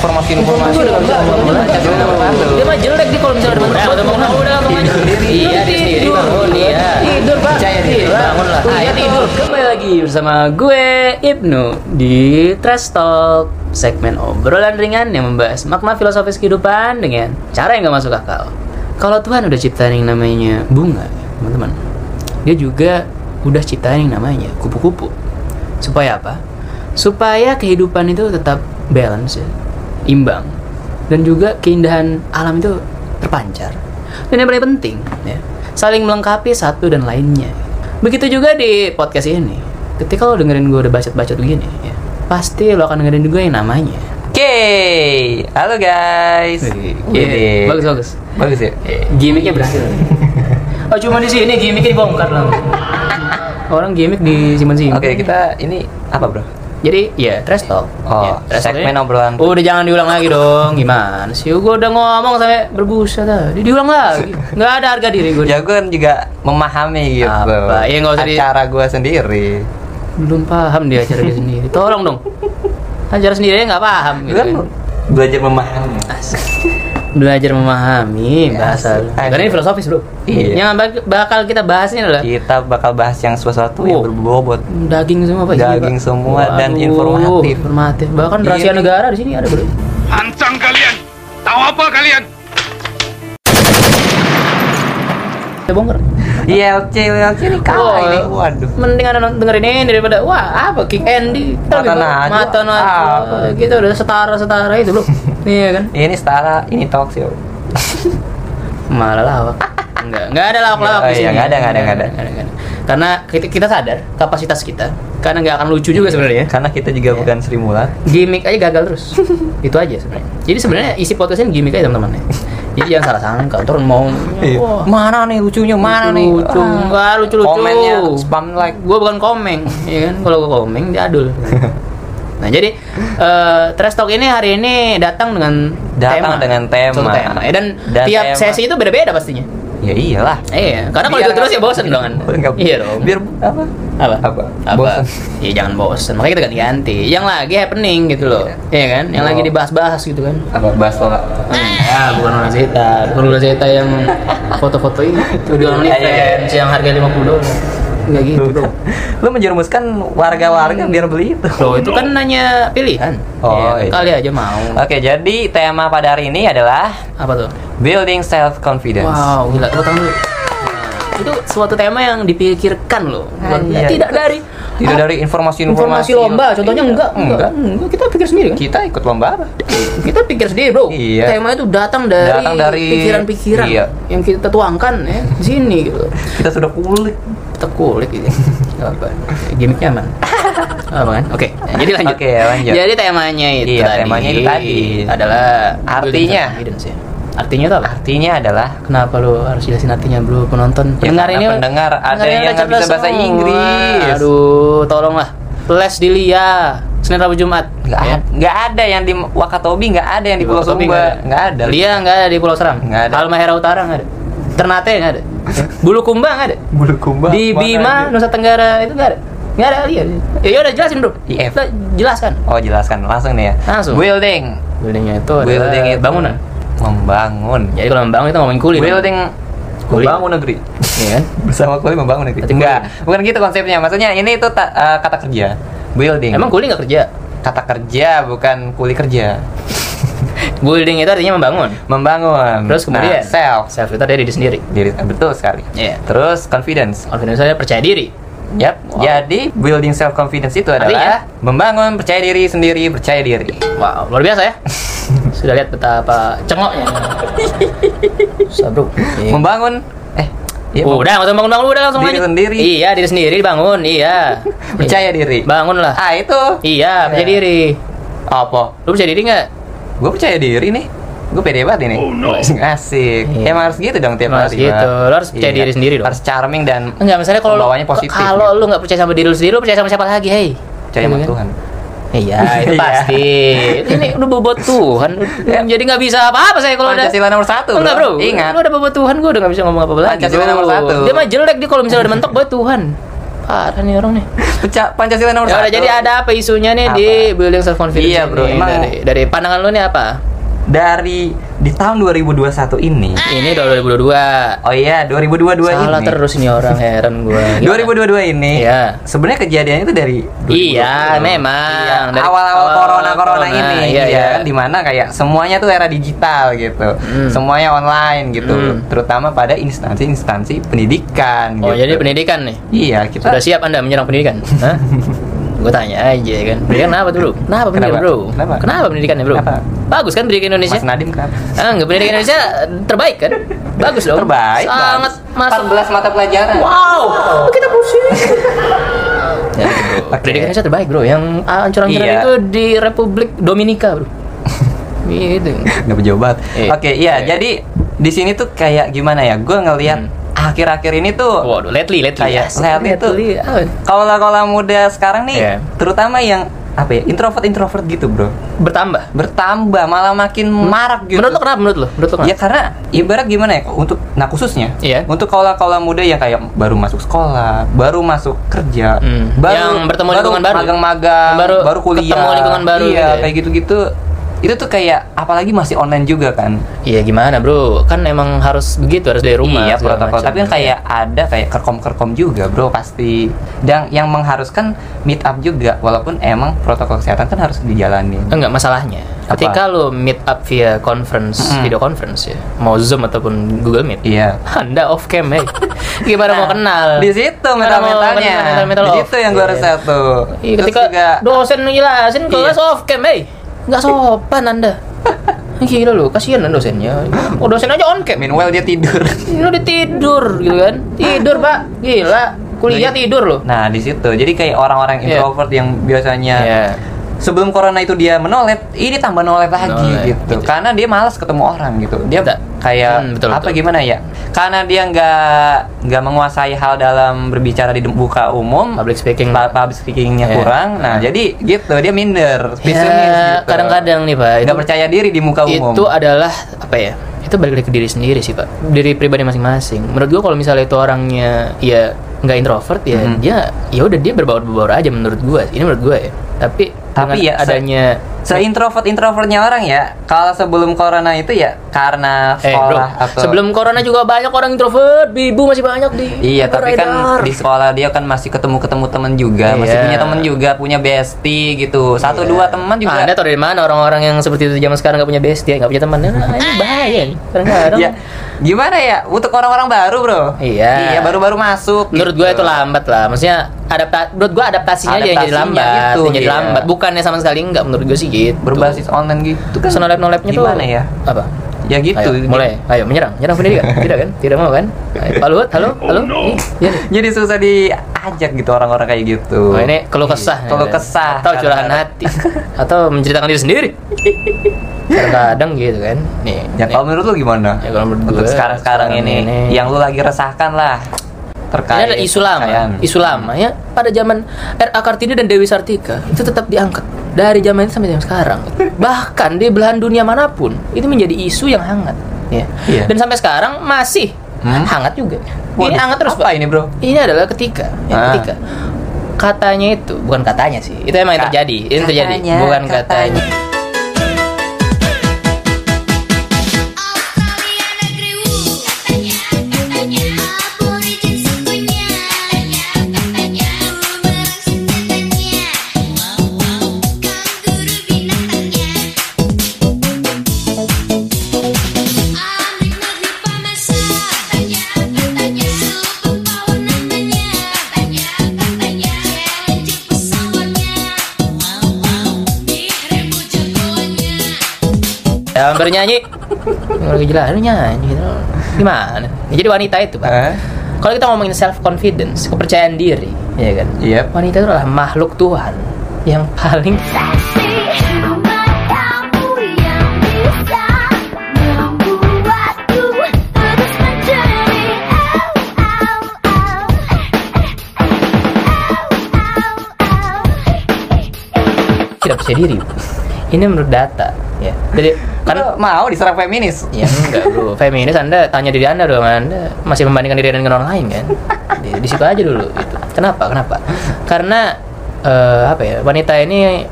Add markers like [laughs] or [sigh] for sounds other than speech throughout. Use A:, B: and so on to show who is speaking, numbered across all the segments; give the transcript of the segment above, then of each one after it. A: informasi-informasi
B: Untung gue udah nggak
A: Jangan
B: bangun.
A: bawa belajar, jangan bawa belajar.
B: Dia mah jelek dia kalau misalnya udah
A: Eh,
B: bangun,
A: udah bangun lah.
B: udah bangun aja.
A: Tidur sendiri.
B: Iya,
A: Tidur
B: dia
A: sendiri,
B: tidur.
A: bangun, iya.
B: Tidur, Pak.
A: Percaya diri, bangun lah.
B: Ayo
A: Ayo
B: Ah, ya, tidur. Kembali lagi bersama gue Ibnu di Trash Talk, segmen obrolan ringan yang membahas makna filosofis kehidupan dengan cara yang gak masuk akal. Kalau Tuhan udah ciptain yang namanya bunga, teman-teman, dia juga udah ciptain yang namanya kupu-kupu. Supaya apa? Supaya kehidupan itu tetap balance, ya, imbang, dan juga keindahan alam itu terpancar. Dan yang paling penting, ya, saling melengkapi satu dan lainnya. Begitu juga di podcast ini. Ketika lo dengerin gue udah bacot-bacot begini, ya, pasti lo akan dengerin juga yang namanya.
A: Oke, halo guys.
B: Wih,
A: Widih.
B: Bagus bagus.
A: Bagus ya.
B: Gimiknya berhasil. [laughs] oh cuma di sini gimmicknya dibongkar lah. Orang gimmick disimpan sini.
A: Oke, kita ini apa bro?
B: Jadi ya trash talk.
A: Oh,
B: Ya, trash talk
A: segmen
B: ini.
A: obrolan.
B: Udah jangan diulang lagi dong. Gimana sih? Gue udah ngomong sampai berbusa tadi. Diulang
A: [laughs]
B: lagi. Nggak ada harga diri gue.
A: Ya gue kan juga memahami gitu.
B: Apa? Ya, nggak usah di-
A: Acara gue sendiri.
B: Belum paham dia acara dia sendiri. Tolong dong. Acara sendiri nggak paham
A: Gue
B: gitu
A: kan
B: kan.
A: belajar memahami.
B: Belajar memahami
A: Ya,
B: bahasa.
A: asik.
B: Karena ini filosofis bro.
A: Iya.
B: Yang bak- bakal kita bahas ini adalah
A: Kita bakal bahas yang sesuatu yang
B: Wow.
A: berbobot.
B: daging semua pak. Iya,
A: Daging
B: Pak.
A: semua dan
B: Waduh,
A: informatif.
B: Informatif. Bahkan
A: Iya,
B: rahasia
A: nih.
B: negara di sini ada bro.
C: Lancang kalian! Tahu apa kalian?
B: Kita bongkar.
A: ILC, ILC ini kalah
B: Wah,
A: ini. Waduh.
B: Mending anda nonton- dengerin ini daripada wah apa King Andy. Kita
A: Mata
B: lebih baik-
A: Najwa.
B: Mata Najwa.
A: Apa?
B: Gitu udah setara-setara itu
A: [laughs]
B: loh. Iya kan?
A: Ini setara, ini talk show.
B: Malah lawak. Enggak, enggak ada lawak-lawak
A: Nggak,
B: di
A: iya,
B: sini.
A: nggak ada, nggak ada, nggak ada.
B: nggak ada. Karena kita, kita sadar kapasitas kita karena nggak akan lucu juga sebenarnya.
A: Karena kita
B: Eh?
A: juga bukan Sri Mulat.
B: Gimik aja gagal
A: [laughs]
B: terus. itu aja sebenarnya. Jadi sebenarnya isi podcastnya gimik aja teman-teman ya. Jadi jangan salah sangka, ntar mau
A: Iya.
B: wah,
A: Mana nih lucunya? Mana nih?
B: Iya. Lucu,
A: Ah.
B: enggak lucu-lucu.
A: Komennya spam like.
B: gue bukan komeng ya kan kalau gue komeng
A: [laughs]
B: diadul nah jadi eh trash talk ini hari ini datang dengan
A: Datang dengan tema.
B: Satu tema. Ya, dan,
A: Dan
B: tiap
A: tema.
B: sesi itu beda-beda pastinya
A: Ya iyalah.
B: iya karena kalau
A: Biar
B: itu terus
A: nggak-
B: ya bosen dong kan
A: [laughs] Nggak-
B: iya dong
A: Biar apa?
B: apa
A: Apa?
B: apa
A: Bosen.
B: [laughs] iya jangan bosen makanya kita ganti-ganti yang lagi happening gitu loh
A: Iya.
B: iya kan yang
A: Oh.
B: lagi dibahas-bahas gitu kan
A: Apa bahas tolak?
B: Ya, bukan orang Zeta, bukan orang Zeta yang foto-foto [laughs] itu di OnlyFans yang harga 50 dolar. Enggak gitu
A: Lu,
B: dong.
A: [laughs] lu menjerumuskan warga-warga biar beli itu.
B: Loh, itu kan nanya pilihan.
A: Oh,
B: Iya,
A: iya.
B: kali aja mau.
A: Oke, jadi tema pada hari ini adalah
B: Apa tuh?
A: building self confidence.
B: Wow, gila. Lo tahu nggak? Nah, itu suatu tema yang dipikirkan loh. Bukan-
A: Iya.
B: Tidak dari Ah,
A: Tidak dari informasi-informasi.
B: informasi lomba. Contohnya
A: Iya.
B: enggak, enggak,
A: Enggak.
B: enggak. Kita pikir sendiri kan?
A: Kita ikut lomba apa?
B: Kita pikir sendiri, Bro.
A: Iya.
B: Tema itu datang dari
A: Datang dari-
B: pikiran-pikiran
A: Iya.
B: yang kita tuangkan ya di sini gitu.
A: Kita sudah kulik.
B: Kita kulik
A: [laughs]
B: gitu. Nggak apa. Gimiknya aman. Nggak apa kan? Oke. Nah, jadi lanjut.
A: Oke, lanjut.
B: Jadi temanya itu
A: Iya,
B: tadi.
A: temanya itu tadi.
B: adalah
A: Artinya.
B: confidence, ya. Artinya itu apa?
A: Artinya adalah
B: Kenapa lu harus jelasin artinya bro penonton?
A: Ya,
B: pendengar
A: karena
B: ini
A: pendengar ada
B: pendengar ini
A: yang nggak
B: cerdas
A: bisa bahasa
B: semua.
A: Inggris.
B: Aduh, tolonglah. Les di Lia Senin Rabu Jumat.
A: nggak
B: Ya.
A: ada, nggak ada yang di Wakatobi, nggak ada yang di Pulau
B: Wakatobi
A: Sumba, nggak ada.
B: Lia nggak ada di Pulau Seram.
A: Nggak ada.
B: Halmahera Utara nggak ada. Ternate nggak ada. Bulu Kumbang nggak ada.
A: Bulukumba.
B: di Bima Nusa Tenggara itu nggak ada. Nggak ada Lia. Ya udah jelasin bro.
A: IF.
B: Udah, Jelaskan.
A: Oh jelaskan langsung Oh, nih ya.
B: Langsung.
A: Building.
B: Buildingnya itu
A: Building itu
B: bangunan.
A: Membangun.
B: Jadi kalau membangun itu ngomongin kulit.
A: Building.
B: Kuli.
A: Membangun negeri.
B: Iya kan?
A: Bersama kuli membangun negeri.
B: Berarti
A: Enggak, bukan gitu konsepnya. Maksudnya ini itu ta- eh, kata kerja. Building.
B: Emang kulit nggak kerja?
A: kata kerja bukan kuli kerja.
B: Building itu artinya membangun.
A: Membangun.
B: Terus kemudian
A: Nah, self.
B: Self itu dari diri sendiri.
A: Diri betul sekali.
B: Iya.
A: Terus confidence.
B: Confidence saya percaya diri.
A: Yap. Jadi building self confidence itu adalah membangun percaya diri sendiri, percaya diri.
B: Wow, luar biasa
A: [laughs]
B: ya. Sudah lihat betapa cengoknya. Susah, Bro. Iya.
A: Membangun eh iya,
B: Oh, udah, langsung bangun bangun udah langsung
A: Diri
B: lanjut.
A: sendiri.
B: Iya, diri sendiri bangun. Iya.
A: percaya diri.
B: Iya. Bangunlah.
A: Ah itu.
B: Iya, percaya
A: Iya.
B: diri.
A: Apa?
B: Lu percaya diri nggak?
A: Gue percaya diri nih. Gue pede banget ini.
C: Oh, no.
A: Asik.
B: Iya.
A: Emang harus gitu dong tiap
B: Emang harus
A: hari. Pak.
B: gitu. Lo harus percaya diri sendiri dong.
A: Harus charming dan
B: Enggak, misalnya kalau lu
A: Pembawanya positif,
B: kalau
A: gitu.
B: lu nggak percaya sama diri lu sendiri, lu percaya sama siapa lagi, hei?
A: percaya sama
B: Iya kan?
A: Tuhan.
B: Iya, [laughs] itu
A: Iya.
B: pasti. Ini udah bobot Tuhan. Jadi nggak bisa apa-apa saya kalau udah
A: Pancasila nomor satu.
B: Enggak bro,
A: Ingat.
B: Lu ada bawa Tuhan, gue udah gak bisa ngomong apa-apa lagi
A: Pancasila
B: bro.
A: nomor satu.
B: Dia mah jelek dia kalau misalnya udah mentok bawa Tuhan parah nih orang nih.
A: Pecah Pancasila nomor
B: Ya
A: satu.
B: udah jadi ada apa isunya nih di building self confidence
A: Iya, bro, emang-
B: dari, dari pandangan lu nih apa?
A: dari di tahun 2021 ini.
B: Ini udah 2022.
A: Oh iya, 2022 ini.
B: Salah terus nih orang heran
A: [laughs]
B: gua. Gimana?
A: 2022 ini
B: Iya.
A: sebenarnya kejadiannya itu dari 2020.
B: Iya, memang.
A: Iya,
B: Dari
A: awal-awal
B: awal
A: corona corona
B: corona,
A: ini
B: iya,
A: iya,
B: iya.
A: kan, dimana kayak semuanya tuh era digital gitu
B: Hmm.
A: semuanya online gitu
B: Hmm.
A: terutama pada instansi-instansi pendidikan
B: Oh,
A: gitu.
B: jadi pendidikan nih.
A: iya kita
B: Sudah siap Anda menyerang
A: [laughs]
B: pendidikan? Hah? Gue tanya aja kan. Pendidikan kenapa tuh, Bro? Kenapa pendidikan,
A: Kenapa?
B: Bro?
A: Kenapa?
B: pendidikannya, Bro?
A: Kenapa?
B: Bagus kan pendidikan Indonesia?
A: Mas Nadim kan
B: Ah, enggak pendidikan Indonesia terbaik kan? Bagus dong.
A: terbaik
B: Sangat masuk.
A: 14 mata pelajaran
B: Wow. Kita
A: [laughs]
B: pusing. ya, gitu, bro.
A: Oke.
B: Pendidikan Indonesia terbaik, Bro. Yang ancur-ancuran
A: Iya.
B: itu di Republik Dominika,
A: [laughs]
B: Bro. gitu.
A: nggak berjobat.
B: Eh,
A: Oke,
B: eh.
A: iya. Jadi di sini tuh kayak gimana ya? Gue ngelihat
B: Hmm.
A: akhir-akhir ini tuh
B: Waduh, lately, lately.
A: Kayak
B: Asik,
A: lately tuh.
B: Ah,
A: kalau kaulah muda sekarang nih,
B: Iya.
A: terutama yang apa ya introvert introvert gitu bro,
B: Bertambah.
A: bertambah malah makin marak gitu.
B: Hmm. Menurut lo kenapa? Menurut lo? Menurut lo kenapa?
A: Ya karena ibarat gimana ya untuk nah khususnya
B: Iya.
A: untuk kaulah-kaulah muda yang kayak baru masuk sekolah, baru masuk kerja,
B: Hmm. Yang bertemu lingkungan baru.
A: magang-magang,
B: Yang
A: baru,
B: baru
A: kuliah,
B: ketemu lingkungan baru
A: iya
B: gitu ya.
A: kayak gitu-gitu. Itu tuh kayak apalagi masih online juga kan.
B: Iya gimana bro, kan emang harus begitu harus dari rumah.
A: iya
B: segala
A: protokol
B: macam. gitu.
A: tapi kan kayak ada kayak kerkom kerkom juga bro pasti dan yang mengharuskan meet up juga walaupun emang protokol kesehatan kan harus dijalani
B: enggak masalahnya.
A: Apa?
B: Ketika lo meet up via conference,
A: Mm-mm.
B: video conference ya, mau Zoom ataupun Google Meet,
A: iya Nah,
B: Anda off cam
A: [laughs]
B: ya. Gimana mau kenal?
A: di situ
B: Gimana
A: mental
B: mau
A: mentalnya
B: kenal mental-mental
A: di
B: off?
A: situ yang gue
B: Iya.
A: harus satu
B: Iya,
A: Terus
B: ketika
A: juga
B: dosen ngejelasin kelas
A: Iya.
B: off cam, eh. Enggak sopan
A: [laughs]
B: Anda. Gila lo, kasihan kan dosennya. Oh, dosen aja on cam.
A: meanwhile dia tidur [laughs]
B: Ini udah tidur gitu kan. Tidur, Pak. Gila. Kuliah tidur loh.
A: nah di situ jadi kayak orang-orang
B: Iya.
A: introvert yang biasanya
B: Iya.
A: sebelum corona itu dia menoleh ini tambah noleh lagi
B: Menoleh,
A: gitu.
B: gitu.
A: karena dia malas ketemu orang gitu dia
B: Betul.
A: kayak
B: Hmm, betul,
A: apa
B: betul.
A: gimana ya karena dia nggak nggak menguasai hal dalam berbicara di dem- buka umum
B: Public speaking.
A: pa- public speakingnya
B: Iya.
A: kurang nah jadi gitu dia minder pesimis
B: Ya,
A: gitu.
B: kadang-kadang nih Pak, itu,
A: nggak percaya diri di muka umum
B: itu adalah apa ya? Itu balik lagi ke diri sendiri sih Pak, diri pribadi masing-masing. Menurut gua kalau misalnya itu orangnya ya nggak introvert ya
A: Mhm.
B: dia ya udah dia berbaur-baur aja menurut gua. Ini menurut gua ya. Tapi
A: Tapi
B: dengan
A: ya, se-
B: adanya
A: seintrovert introvertnya orang ya kalau sebelum corona itu ya karena
B: eh bro,
A: sekolah atau
B: sebelum corona juga banyak orang introvert, bibu masih banyak di
A: Iya, tapi kan
B: beredar.
A: di sekolah dia kan masih ketemu-ketemu temen juga, masih
B: Iya.
A: punya temen juga, punya bestie gitu. Satu dua teman juga.
B: Anda tahu dari mana orang-orang yang seperti itu zaman sekarang nggak punya bestie, nggak punya teman? Nah, ini bahaya. nih. Kadang-kadang.
A: Ya, gimana ya untuk orang-orang baru, Bro?
B: Iya.
A: Iya, baru-baru masuk.
B: menurut
A: gitu.
B: gue itu lambat lah maksudnya adapta menurut gue adaptasinya, aja yang jadi
A: Adaptasinya
B: lambat
A: gitu,
B: yang jadi
A: iya.
B: lambat bukannya sama sekali enggak menurut gue sih gitu
A: berbasis online gitu kan.
B: personal lab nolabnya tuh
A: gimana ya?
B: apa
A: Ya gitu.
B: ayo, mulai ayo menyerang menyerang pendidikan tidak kan tidak mau kan ayo, Pak Luhut halo halo Ih, iya nih.
A: [laughs] Jadi susah diajak gitu orang-orang kayak gitu.
B: Oh, ini keluh kesah.
A: Keluh kesah.
B: Atau curahan
A: Kadang-kadang.
B: hati. Atau menceritakan diri sendiri. Kadang-kadang gitu kan. Nih.
A: Ya
B: nih.
A: kalau menurut lu gimana?
B: Ya, kalau menurut
A: untuk
B: gue,
A: sekarang-sekarang
B: sekarang
A: ini,
B: ini-
A: yang lu lagi resahkan lah
B: Ini
A: terkait
B: ada isu lama,
A: perceraian.
B: isu lama ya. Pada zaman R.A. Kartini dan Dewi Sartika itu tetap diangkat dari zaman itu sampai zaman sekarang. Bahkan di belahan dunia manapun itu menjadi isu yang hangat. Ya.
A: Iya.
B: Dan sampai sekarang masih
A: Hmm?
B: hangat juga. ini
A: Waduh,
B: hangat terus
A: apa
B: pak.
A: ini, Bro?
B: Ini adalah ketika, ya,
A: Ah.
B: ketika katanya itu bukan katanya sih, itu emang yang
A: Ka-
B: terjadi, itu yang terjadi,
A: katanya,
B: bukan
A: katanya.
B: katanya.
D: Australia negeri wu katanya katanya aborigin sukunya katanya katanya berangsur katanya wow wow kangguru binatangnya Amrik negeri pamasa katanya katanya luput pawon namanya katanya katanya celencik pesawatnya wow wow direbut jagoannya
B: Ya, bernyanyi. Lagi jelas, lu nyanyi. gitu. Gimana? Ya, jadi wanita itu, Pak.
A: Eh?
B: Kalau kita ngomongin self confidence, kepercayaan diri, ya
A: Iya
B: kan? Wanita itu
A: Yep.
B: adalah makhluk Tuhan yang paling
D: Seksi bukan kamu yang bisa membuatku terus mencari au au au au au au
B: tidak percaya diri. Ini menurut data, ya. Dari
A: Kan mau diserang feminis.
B: Ya enggak bro, feminis anda tanya diri anda dong Anda masih membandingkan diri anda dengan orang lain kan Di, di situ aja dulu gitu. Kenapa? Kenapa? Karena eh, apa ya wanita ini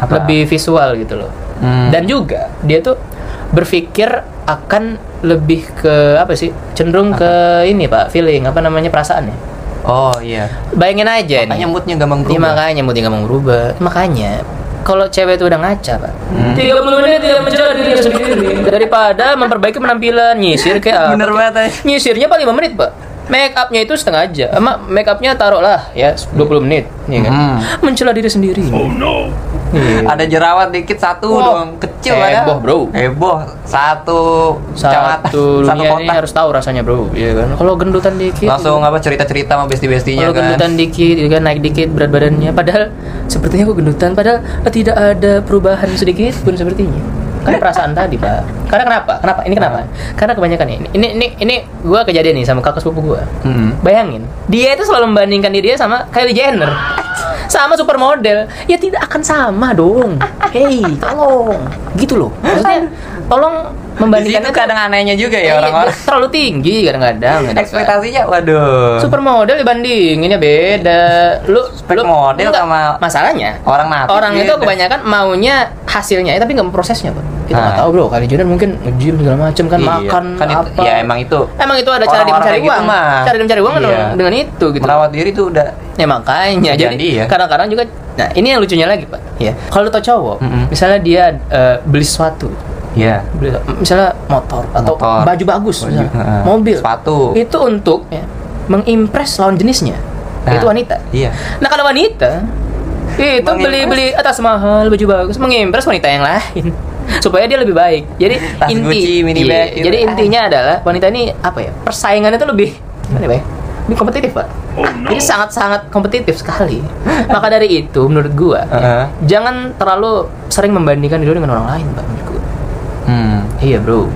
A: Apa?
B: lebih visual gitu loh
A: Hmm.
B: Dan juga dia tuh berpikir akan lebih ke apa sih cenderung ke ini pak feeling apa namanya perasaannya
A: Oh iya.
B: bayangin aja nih
A: Makanya moodnya gampang
B: Iya
A: berubah.
B: makanya mau tinggal mengubah. Makanya kalau cewek itu udah ngaca, Pak. 30 menit tidak mencela diri sendiri daripada memperbaiki penampilan nyisir kayak apa.
A: Bener banget, eh.
B: Nyisirnya paling 5 menit, Pak. Make upnya itu setengah aja. Emak make upnya taruhlah ya 20 menit, iya kan?
A: Hmm.
B: Mencela diri sendiri.
C: Oh no.
B: Iya.
A: Ada jerawat dikit satu
B: Wow.
A: dong, kecil ada.
B: Heboh, bro.
A: Heboh. Satu kecamatan,
B: Satu
A: satu
B: dunia ini
A: kota.
B: harus tahu rasanya, Bro. Iya kan? Kalau gendutan dikit
A: Langsung apa cerita-cerita sama besti-bestinya
B: Kalau
A: kan.
B: gendutan dikit, gitu kan naik dikit berat badannya. Padahal sepertinya aku gendutan, padahal eh, tidak ada perubahan sedikit pun sepertinya. Karena perasaan tadi, Pak. Karena kenapa? Kenapa? Ini kenapa? Karena kebanyakan ya, ini. Ini ini ini gua kejadian nih sama kakak sepupu gua.
A: Mm-mm.
B: Bayangin, dia itu selalu membandingkan dirinya sama Kylie Jenner. Sama supermodel. Ya tidak akan sama dong. Hei, tolong. Gitu loh. Maksudnya tolong
A: Di situ
B: membandingkan
A: kadang anehnya juga
B: Iya.
A: ya orang-orang.
B: [laughs] terlalu tinggi kadang-kadang. ya kan?
A: Ekspektasinya waduh.
B: supermodel dibandinginnya beda lu
A: Spek
B: lu-
A: model
B: lu nggak-
A: sama-
B: masalahnya
A: Orang mati.
B: orang itu
A: beda.
B: kebanyakan maunya hasilnya eh, tapi nggak memprosesnya bro kita nggak
A: Ah.
B: tahu bro kali Jordan mungkin nge-gym segala macam kan
A: Iya,
B: makan
A: kan itu-
B: apa
A: ya emang itu.
B: emang itu ada cara dia
A: Orang-orang
B: mencari
A: kayak gitu
B: uang
A: mah.
B: cara dia mencari uang kan
A: Iya.
B: dengan itu gitu
A: merawat diri tuh udah
B: ya makanya
A: Jadi,
B: jadi,
A: ya.
B: kadang-kadang juga nah ini yang lucunya lagi pak ya kalau lu tau cowok
A: Mm-mm.
B: misalnya dia eh, beli sesuatu
A: ya
B: beli misalnya motor atau
A: Motor.
B: baju bagus
A: Baju,
B: misalnya,
A: heeh.
B: mobil
A: Sepatu.
B: itu untuk ya, mengimpress lawan jenisnya
A: Nah,
B: itu wanita
A: iya.
B: nah kalau wanita itu
A: Mengimpress.
B: beli beli atas mahal baju bagus mengimpress wanita yang lain [laughs] supaya dia lebih baik
A: [laughs]
B: jadi
A: Tas Gucci, mini
B: iya,
A: bag gitu.
B: jadi intinya adalah wanita ini apa ya persaingannya itu lebih gimana ya, Pak ya? lebih kompetitif pak
C: Oh no.
B: jadi sangat-sangat kompetitif
A: [laughs]
B: sekali. Maka dari itu menurut gua ya,
A: Uh-uh.
B: jangan terlalu sering membandingkan diri lu dengan orang lain, Pak. menurut gua.
A: hmm
B: Iya, Bro.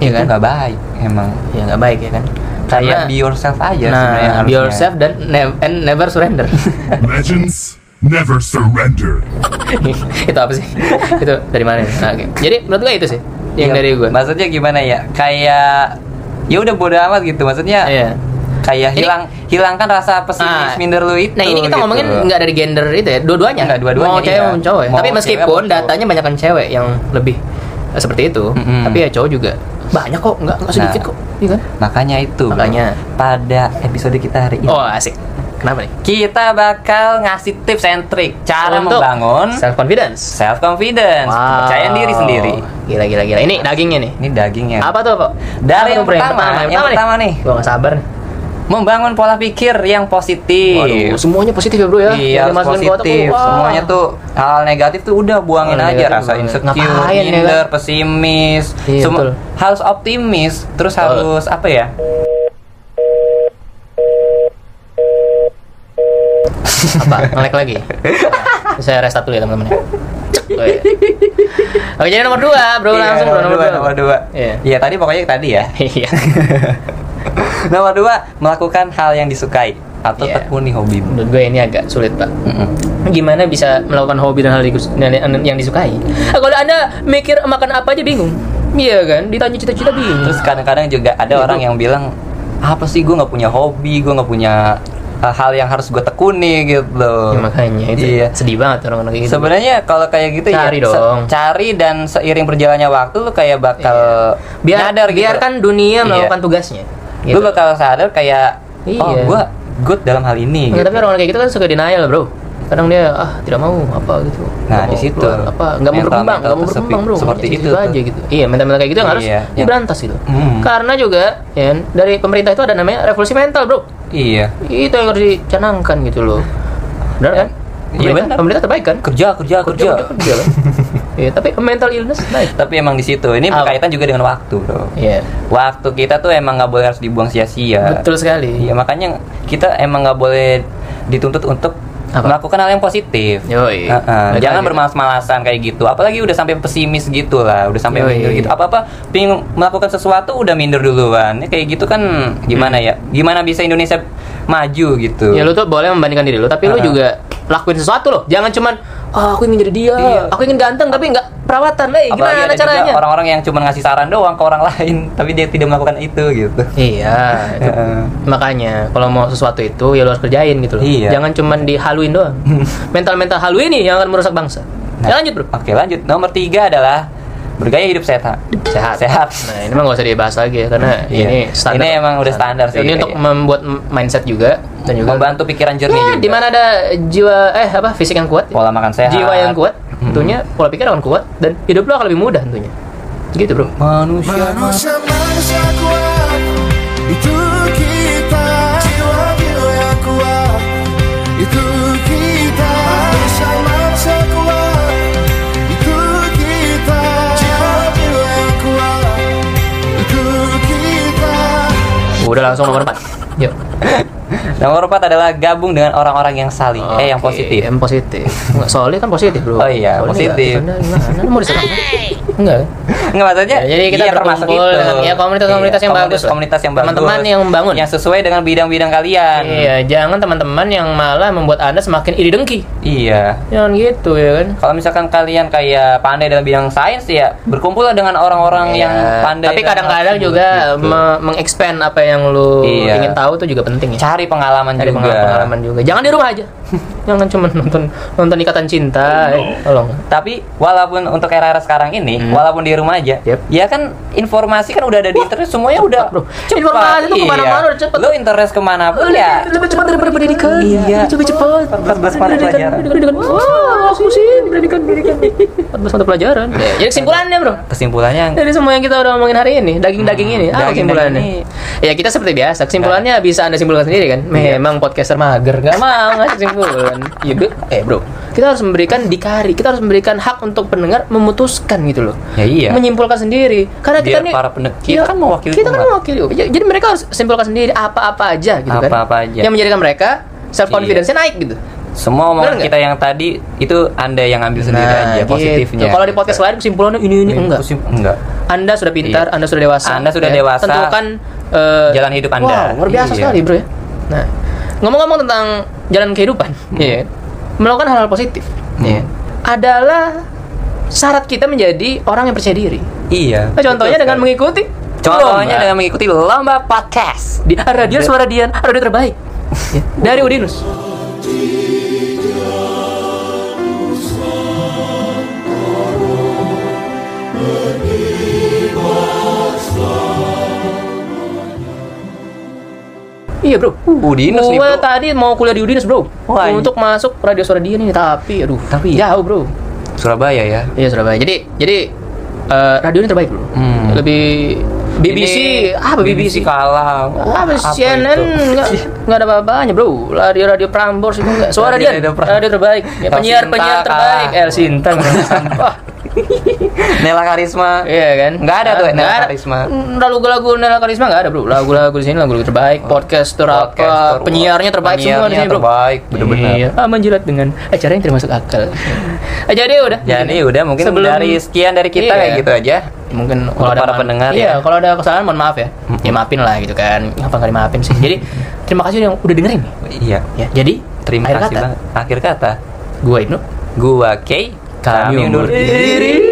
B: Iya
A: itu
B: kan?
A: nggak baik emang
B: Ya nggak baik ya kan?
A: karena be yourself aja sebenarnya
B: nah, be
A: harusnya.
B: yourself dan ne- and never surrender.
A: [laughs]
B: [laughs]
E: Legends never surrender.
B: itu apa sih? itu dari mana? ya? Nah, oke. Jadi menurut gua itu sih yang
A: Iya,
B: dari gua.
A: maksudnya gimana ya kayak ya udah bodo amat gitu maksudnya
B: Iya.
A: kayak
B: Ini-
A: hilang hilangkan rasa pesimis
B: Ah,
A: minder lu itu
B: Nah ini kita
A: gitu.
B: ngomongin nggak dari gender itu ya, dua-duanya.
A: Nggak, dua-duanya,
B: Mau cewek
A: iya.
B: mau cowok. ya.
A: Mau
B: Tapi
A: cewek,
B: meskipun
A: mau cowok.
B: datanya banyakkan cewek yang lebih eh, seperti itu,
A: Mm-mm.
B: tapi ya cowok juga banyak kok, nggak nggak sedikit
A: Nah.
B: kok, iya kan?
A: makanya itu Bro.
B: Makanya.
A: pada episode kita hari ini
B: Oh asik. Kenapa nih?
A: kita bakal ngasih tips and trick cara
B: Untuk
A: membangun
B: self confidence.
A: self confidence kepercayaan diri sendiri
B: Gila gila gila. Ini dagingnya nih.
A: ini dagingnya
B: Apa tuh, Pak?
A: Dari yang
B: Apa tuh, Pak?
A: pertama, yang pertama nih.
B: Gua nggak sabar nih.
A: membangun pola pikir yang positif
B: Waduh, semuanya positif ya, Bro ya.
A: Iya,
B: Jangan
A: harus
B: masukin ke otak,
A: positif.
B: wah.
A: Semuanya tuh hal negatif tuh udah buangin
B: Hal
A: aja
B: negatif
A: rasa
B: buangin.
A: insecure,
B: Ngapain ya kan?
A: minder, pesimis.
B: Iya,
A: Semu-
B: betul.
A: harus optimis, terus
B: Betul.
A: harus apa ya?
B: apa ngelek lagi [laughs] saya restart dulu ya teman-teman ya. Oh, iya. oke jadi nomor dua bro
A: Iya,
B: langsung bro
A: nomor dua, nomor dua.
B: Iya.
A: Iya, tadi pokoknya tadi ya. [laughs]
B: iya
A: nomor dua, melakukan hal yang disukai atau
B: Iya.
A: tekuni hobimu.
B: menurut gue ini agak sulit pak
A: Mm-mm.
B: gimana bisa melakukan hobi dan hal dikus- dan- dan- yang disukai Ah, kalau anda mikir makan apa aja bingung iya kan ditanya cita-cita bingung
A: Terus kadang-kadang juga ada
B: Hmm. Iya,
A: orang
B: Bro.
A: yang bilang apa sih gue nggak punya hobi, gue nggak punya uh, hal yang harus gue tekuni gitu.
B: Ya, makanya itu
A: Iya.
B: sedih banget orang-orang kayak gitu
A: Sebenarnya kalau kayak gitu
B: Cari
A: ya se-
B: dong.
A: cari dan seiring berjalannya waktu lu kayak bakal
B: Iya. biar
A: sadar gitu.
B: biarkan dunia
A: Iya.
B: melakukan tugasnya gitu.
A: Lu bakal sadar kayak oh
B: Iya.
A: gua good dalam hal ini.
B: Nggak,
A: gitu.
B: tapi orang kayak gitu kan suka denial bro kadang dia ah tidak mau apa gitu Nggak
A: Nah,
B: mau
A: di situ.
B: keluar, apa nggak mau
A: Mental-
B: berkembang nggak mau
A: mental
B: berkembang bro
A: tersepi- seperti
B: Makanya
A: itu
B: situ
A: tuh.
B: aja gitu iya mental-mental kayak gitu yang harus
A: Iya, yang-
B: diberantas gitu
A: Mm.
B: karena juga ya dari pemerintah itu ada namanya revolusi mental bro
A: Iya.
B: itu yang harus dicanangkan gitu loh benar kan
A: Iya,
B: Pemerintah-
A: benar.
B: pemerintah terbaik kan
A: Kerja kerja kerja.
B: kerja, kerja
A: [laughs]
B: kan? Iya, tapi mental illness baik
A: Tapi emang di situ ini
B: Apa?
A: berkaitan juga dengan waktu, Bro.
B: iya
A: Waktu kita tuh emang nggak boleh harus dibuang sia-sia.
B: betul sekali
A: Iya, makanya kita emang nggak boleh dituntut untuk
B: Apa?
A: melakukan hal yang positif.
B: Yoi.
A: Heeh.
B: Balik
A: Jangan
B: lagi.
A: bermalas-malasan kayak gitu. Apalagi udah sampai pesimis gitu lah, udah sampai
B: Yoi.
A: minder gitu. Apa-apa pingin melakukan sesuatu udah minder duluan. Ya, kayak gitu kan gimana
B: Hmm.
A: ya? Gimana bisa Indonesia maju gitu?
B: Ya lu tuh boleh membandingkan diri lu, tapi lu
A: Uh-uh.
B: juga lakuin sesuatu loh. Jangan cuman "Ah, aku ingin jadi dia
A: Iya.
B: aku ingin ganteng tapi nggak perawatan eh
A: Apalagi
B: gimana
A: ada juga
B: caranya
A: orang-orang yang cuma ngasih saran doang ke orang [laughs] lain, tapi dia tidak melakukan itu gitu.
B: iya itu-
A: Heeh.
B: makanya kalau mau sesuatu itu ya lo harus kerjain gitu loh
A: Iya.
B: jangan cuman dihaluin
A: [laughs]
B: doang mental mental halu ini yang akan merusak bangsa
A: Nah.
B: ya lanjut bro
A: Oke lanjut nomor tiga adalah bergaya hidup sehat.
B: sehat
A: [laughs] Sehat.
B: nah ini mah nggak usah dibahas lagi ya karena
A: Iya.
B: ini standar
A: Ini emang udah standar sih,
B: ini
A: iya,
B: untuk
A: iya.
B: membuat m- mindset juga dan juga
A: Membantu pikiran jernih.
B: ya,
A: juga.
B: di mana ada jiwa eh apa fisik yang kuat
A: Pola makan sehat. Hmm.
B: jiwa yang kuat tentunya pola pikir akan kuat dan hidup lo akan lebih mudah tentunya gitu bro
A: Manusia.
F: Manusia manusia kuat itu kita jiwa jiwa yang kuat itu kita manusia manusia kuat itu kita jiwa jiwa yang kuat itu kita
B: udah langsung nomor 4 yuk
A: Nomor empat adalah gabung dengan orang-orang yang saling, eh yang
B: Oke,
A: positif.
B: yang positif Nggak, soalnya kan positif bro
A: Oh iya, positif.
B: enggak, gimana Lu mau diserang enggak
A: Nggak maksudnya?
B: Ya, jadi kita
A: iya, termasuk
B: berkumpul
A: itu. Iya,
B: dengan- ya, komunitas-komunitas yang
A: komunitas-
B: bagus lah.
A: Komunitas yang bagus.
B: Teman-teman yang membangun.
A: Yang sesuai dengan bidang-bidang kalian.
B: iya jangan teman-teman yang malah membuat anda semakin iri dengki
A: Iya.
B: jangan gitu ya kan
A: Kalau misalkan kalian kayak pandai dalam bidang sains ya berkumpullah dengan orang-orang yang
B: Iya,
A: pandai.
B: tapi
A: dalam
B: kadang-kadang
A: hal
B: juga
A: tersebut, gitu.
B: me- mengexpand apa yang lu
A: Iya.
B: ingin tahu itu juga penting ya
A: cari pengalaman
B: Cari
A: juga.
B: pengalaman, pengalaman juga jangan di rumah aja jangan cuma nonton nonton ikatan cinta eh. tolong
A: Tapi walaupun untuk era-era sekarang ini, walaupun di rumah aja,
B: Hmm. Yep.
A: ya kan informasi kan udah ada di internet, semuanya udah
B: bro. Informasi tuh kemana-mana udah cepet.
A: Lo interest kemana
B: Oh,
A: pun ya.
B: lebih cepat daripada pendidikan
A: Iya.
B: lebih cepat
A: 14 mata pelajaran.
B: pendidikan wah aku sih pendidikan pendidikan 14 mata pelajaran Ya, jadi kesimpulannya bro
A: Kesimpulannya
B: dari semua yang kita udah ngomongin hari ini daging-daging ini apa
A: Daging-daging
B: kesimpulannya ya kita seperti biasa kesimpulannya bisa anda simpulkan sendiri kan memang podcaster mager gak mau ngasih kesimpulan Iya, bro. eh bro kita harus memberikan dikari kita harus memberikan hak untuk pendengar memutuskan gitu loh
A: Ya, iya.
B: menyimpulkan sendiri karena kita
A: Biar
B: nih
A: para pendek- kita
B: Iya,
A: kan mewakili
B: kita kan
A: umat.
B: mewakili umat. jadi mereka harus simpulkan sendiri apa-apa aja gitu kan
A: Apa-apa aja.
B: yang menjadikan mereka self confidence-nya naik gitu
A: semua omongan
B: Bener nggak?
A: kita yang tadi itu Anda yang ambil sendiri aja
B: gitu.
A: positifnya. Iya,
B: kalau di podcast lain kesimpulannya ini ini enggak
A: Positif- enggak.
B: anda sudah pintar,
A: Iya.
B: Anda sudah dewasa. ya.
A: Anda sudah dewasa.
B: Tentukan eh,
A: Jalan hidup Anda.
B: Wow, luar biasa
A: Iya.
B: sekali, Bro ya. Nah, ngomong-ngomong tentang jalan kehidupan,
A: Hmm.
B: iya. Melakukan hal-hal positif. Iya. Adalah syarat kita menjadi orang yang percaya diri.
A: Iya.
B: Nah, contohnya
A: Betul
B: dengan
A: sekali.
B: mengikuti
A: Contohnya
B: lomba.
A: dengan mengikuti lomba podcast.
B: di radio suara Dian, radio terbaik.
A: Ya.
B: Iya. Dari Udinus. Iya bro,
A: Udinus nih,
B: Gua
A: bro.
B: tadi mau kuliah di Udinus bro,
A: Wah, iya.
B: untuk masuk radio suara Dian ini tapi, aduh,
A: Tapi-
B: jauh bro.
A: Surabaya ya.
B: Iya Surabaya. Jadi jadi eh, radio ini terbaik bro.
A: Hmm.
B: Lebih BBC
A: Ini
B: apa BBC,
A: BBC kalah. Wah,
B: apa
A: apa
B: CNN
A: itu?
B: nggak
A: [laughs]
B: nggak ada apa-apanya bro radio radio Prambors itu nggak suara dia
A: Radio- Radio Prambors. ah.
B: radio terbaik ya,
A: El
B: penyiar
A: Sinta
B: penyiar
A: kalah.
B: terbaik El Sinta
A: [laughs]
B: bro. Sampah.
A: Nela Karisma.
B: iya kan
A: Nggak ada tuh
B: Nggak
A: Nela
B: ada.
A: Karisma.
B: Mm, lagu-lagu Nela Karisma nggak ada bro lagu-lagu di sini lagu-lagu terbaik podcaster
A: Oh, Podcaster,
B: apa penyiarnya terbaik semua di
A: penyiarnya
B: sini bro
A: terbaik, bener-bener.
B: iya. ah, menjilat dengan acara yang termasuk
A: [laughs]
B: akal Ah, jadi udah
A: Jadi Ya, udah mungkin
B: Sebelum-
A: dari sekian dari kita
B: Iya.
A: kayak gitu aja.
B: mungkin
A: Untuk para
B: mohon-
A: pendengar
B: iya,
A: ya.
B: kalau ada kesalahan mohon maaf ya ya maafin lah gitu kan apa nggak dimaafin sih jadi terima kasih yang udah dengerin
A: Iya.
B: ya jadi
A: Terima
B: akhir
A: kasih
B: kata,
A: banget. Akhir kata,
B: gue Ibnu
A: gua Kay,
B: kami undur diri